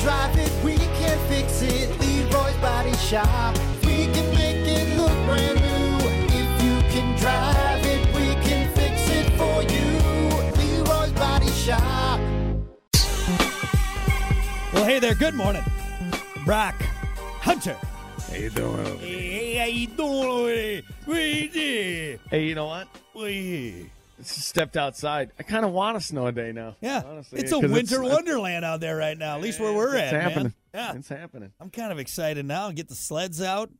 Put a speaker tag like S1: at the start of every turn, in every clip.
S1: drive it, we can fix it. Leroy's Body Shop. We can make it look brand new. If you can drive it, we can fix it for you. Leroy's Body Shop.
S2: Well, hey there. Good morning, Brock Hunter.
S3: How you doing?
S2: Hey, how you doing? We did.
S3: Hey, you know what?
S2: We.
S3: It's just stepped outside. I kind of want a snow day now.
S2: Yeah,
S3: honestly,
S2: it's a
S3: 'cause
S2: winter
S3: it's, uh,
S2: wonderland out there right now. At least where we're at,
S3: It's
S2: man.
S3: happening.
S2: Yeah,
S3: It's happening.
S2: I'm kind of excited now. Get the sleds out.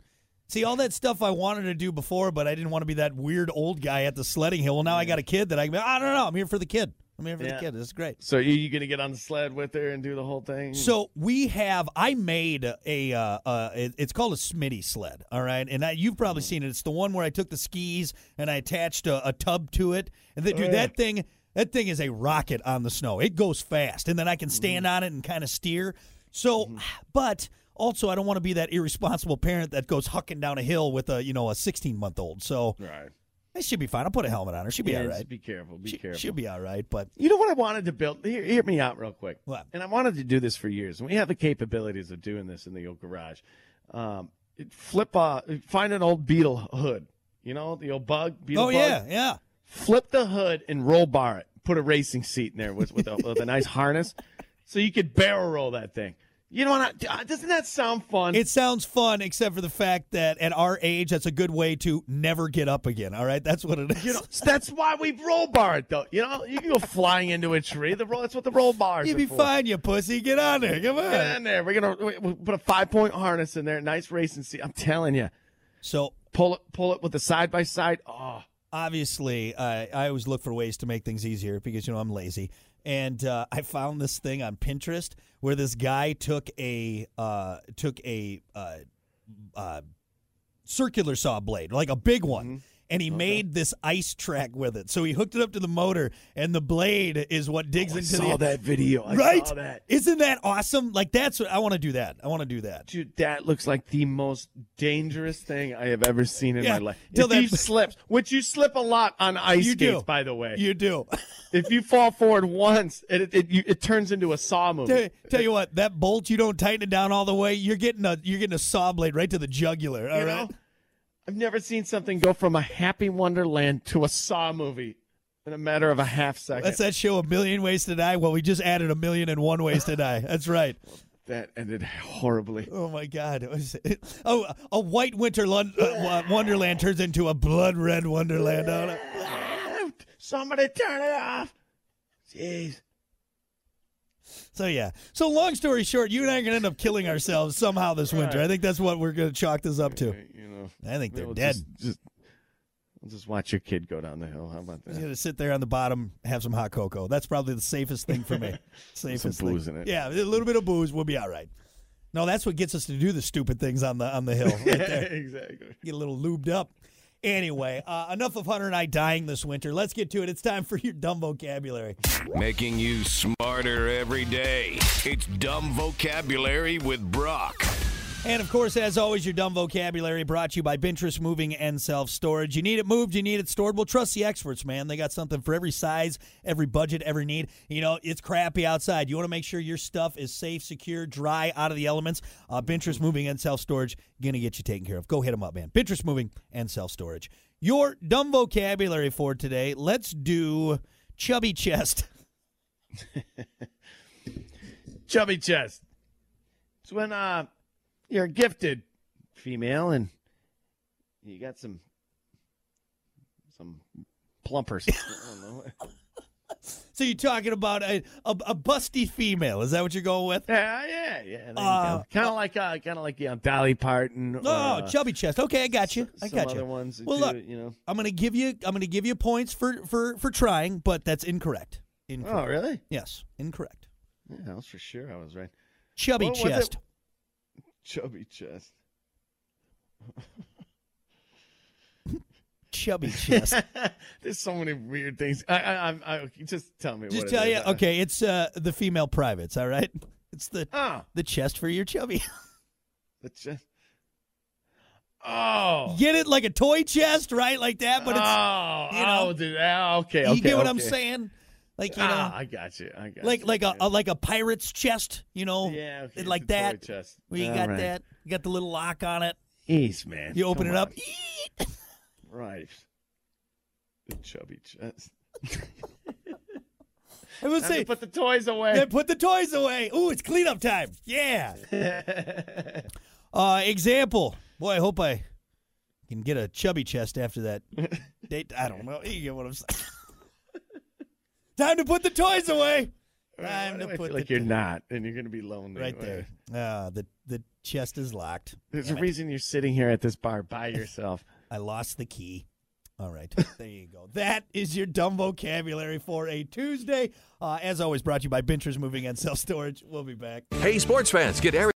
S2: See all that stuff I wanted to do before, but I didn't want to be that weird old guy at the sledding hill. Well, now I got a kid that I can be. I don't know. I'm here for the kid. I'm here for the
S3: Yeah.
S2: kid. This is great.
S3: So you, you gonna get on the sled with her and do the whole thing?
S2: So we have. I made a. Uh, uh, it- it's called a Smitty sled. All right, and I, you've
S3: Mm.
S2: probably seen it. It's the one where I took the skis and I attached a, a tub to it. And then, dude,
S3: Oh, yeah.
S2: that thing. That thing is a rocket on the snow. It goes fast, and then I can
S3: Mm-hmm.
S2: stand on it and kind of steer. So, but also, I don't want to be that irresponsible parent that goes hucking down a hill with a you know a 16 month old. So
S3: right.
S2: it should be fine. I'll put a helmet on her. She'll be
S3: Yeah,
S2: all
S3: just
S2: right.
S3: be careful. Be
S2: She-
S3: careful.
S2: She'll be all right. But
S3: You know what I wanted to build? Hear, hear me out real quick.
S2: What?
S3: And I wanted to do this for years, and we have the capabilities of doing this in the old garage. Um, it- flip, uh, find an old beetle hood. You know the old bug. Beetle
S2: oh
S3: bug?
S2: yeah, yeah.
S3: Flip the hood and roll bar it. Put a racing seat in there with with a, with a nice harness, so you could barrel roll that thing. You know what? I- Doesn't that sound fun?
S2: It sounds fun, except for the fact that at our age, that's a good way to never get up again. All right, that's what it is.
S3: you know, that's why we roll bar it though. You know, you can go flying into a tree. The roll, that's what the roll bars.
S2: will
S3: are
S2: be
S3: for.
S2: fine, you pussy. Get on there. Come on.
S3: Get in there. We're gonna we- we'll put a five point harness in there. Nice racing seat. I'm telling you,
S2: So
S3: pull it, pull it with the side by side. Oh,
S2: obviously, uh, I always look for ways to make things easier because you know I'm lazy. And uh, I found this thing on Pinterest where this guy took a uh, took a uh, uh, circular saw blade, like a big one.
S3: Mm-hmm.
S2: And he made this ice track with it. So he hooked it up to the motor, and the blade is what digs
S3: Oh, I
S2: into
S3: saw
S2: the
S3: that video. I
S2: right?
S3: saw that.
S2: Isn't that awesome? Like that's what I want to do. That I want to do that.
S3: Dude, that looks like the most dangerous thing I have ever seen in
S2: Yeah,
S3: my life.
S2: till
S3: If you
S2: that-
S3: slips, which you slip a lot on ice
S2: You do.
S3: skates, by the way.
S2: You do.
S3: if you fall forward once, it it, it, you, it turns into a saw movie.
S2: tell, tell you what, that bolt you don't tighten it down all the way. You're getting a you're getting a saw blade right to the jugular. All
S3: You
S2: right.
S3: know? I've never seen something go from a happy wonderland to a saw movie in a matter of a half second.
S2: That's that show, A Million Ways to Die. Well, we just added A Million and One Ways to Die. That's right.
S3: that ended horribly.
S2: Oh, my God. What is it? Oh, a white winter lon- uh, wa- wonderland turns into a blood red wonderland. Oh, no.
S3: Somebody turn it off. Jeez.
S2: So, yeah. So, long story short, you and I are going to end up killing ourselves somehow this winter. I think that's what we're going to chalk this up to.
S3: You know,
S2: I think they're
S3: we'll
S2: dead.
S3: Just, just, we'll just watch your kid go down the hill. How about
S2: I'm just
S3: that?
S2: gonna sit there on the bottom, have some hot cocoa. That's probably the safest thing for me. safest thing.
S3: booze in it.
S2: Yeah, a little bit of booze, we'll be all right. No, that's what gets us to do the stupid things on the on the hill. Right there.
S3: exactly.
S2: Get a little lubed up. Anyway, uh, enough of Hunter and I dying this winter. Let's get to it. It's time for your dumb vocabulary.
S4: Making you smarter every day. It's Dumb Vocabulary with Brock.
S2: And of course, as always, your dumb vocabulary brought to you by Bintress Moving and Self Storage. You need it moved, you need it stored. Well, trust the experts, man. They got something for every size, every budget, every need. You know, it's crappy outside. You want to make sure your stuff is safe, secure, dry, out of the elements. Uh, Bintress Moving and Self Storage gonna get you taken care of. Go hit them up, man. Bintress Moving and Self Storage. Your dumb vocabulary for today. Let's do chubby chest.
S3: Chubby chest. It's when uh, you're a gifted female and you got some some plumpers. I don't know.
S2: So you're talking about a, a, a busty female? Is that what you're going with?
S3: Yeah, yeah, yeah.
S2: Uh,
S3: kind of like, uh, kind of like, yeah, Dolly Parton.
S2: No,
S3: or, uh,
S2: Oh, chubby chest. Okay, I got you. I
S3: some
S2: got
S3: other
S2: you.
S3: ones. that
S2: Well,
S3: do
S2: look.
S3: it, you know.
S2: I'm gonna give you. I'm gonna give you points for for for trying, but that's incorrect. Incorrect.
S3: Oh, really?
S2: Yes, incorrect.
S3: Yeah, that was for sure. I was right.
S2: Chubby
S3: What was it?
S2: chest.
S3: Chubby chest.
S2: Chubby chest.
S3: There's so many weird things. I, I, I'm, I just tell me.
S2: Just
S3: what
S2: tell
S3: it
S2: you.
S3: is.
S2: Okay, it's uh the female privates. All right. It's the
S3: Oh,
S2: the chest for your chubby.
S3: the chest. Oh.
S2: Get it like a toy chest, right? Like that, but it's.
S3: oh,
S2: you know.
S3: oh, dude. ah, okay,
S2: you
S3: okay,
S2: get what I'm
S3: okay.
S2: saying? Like you know,
S3: ah, I got you. I got
S2: like
S3: you.
S2: like a, a like a pirate's chest. You know,
S3: yeah, okay,
S2: like
S3: it's a toy
S2: that.
S3: Chest.
S2: We
S3: All
S2: got
S3: right.
S2: that. You got the little lock on it.
S3: Ease, man.
S2: You open
S3: Come
S2: it up.
S3: on. Right. The chubby chest.
S2: I would
S3: Time to
S2: say,
S3: put the toys away.
S2: then put the toys away. Ooh, it's cleanup time. Yeah. Uh, example. Boy, I hope I can get a chubby chest after that date. I don't know. You get what I'm saying. Time to put the toys away. Time
S3: Why do
S2: to put
S3: I feel
S2: the
S3: like you're
S2: to-
S3: not, and you're going to be lonely.
S2: right there. Ah, the the chest is locked.
S3: There's
S2: Damn
S3: a
S2: it.
S3: reason you're sitting here at this bar by yourself.
S2: I lost the key. All right, there you go. That is your dumb vocabulary for a Tuesday. Uh, as always, brought to you by Binter's Moving and Self Storage. We'll be back.
S5: Hey, sports fans, get Eric.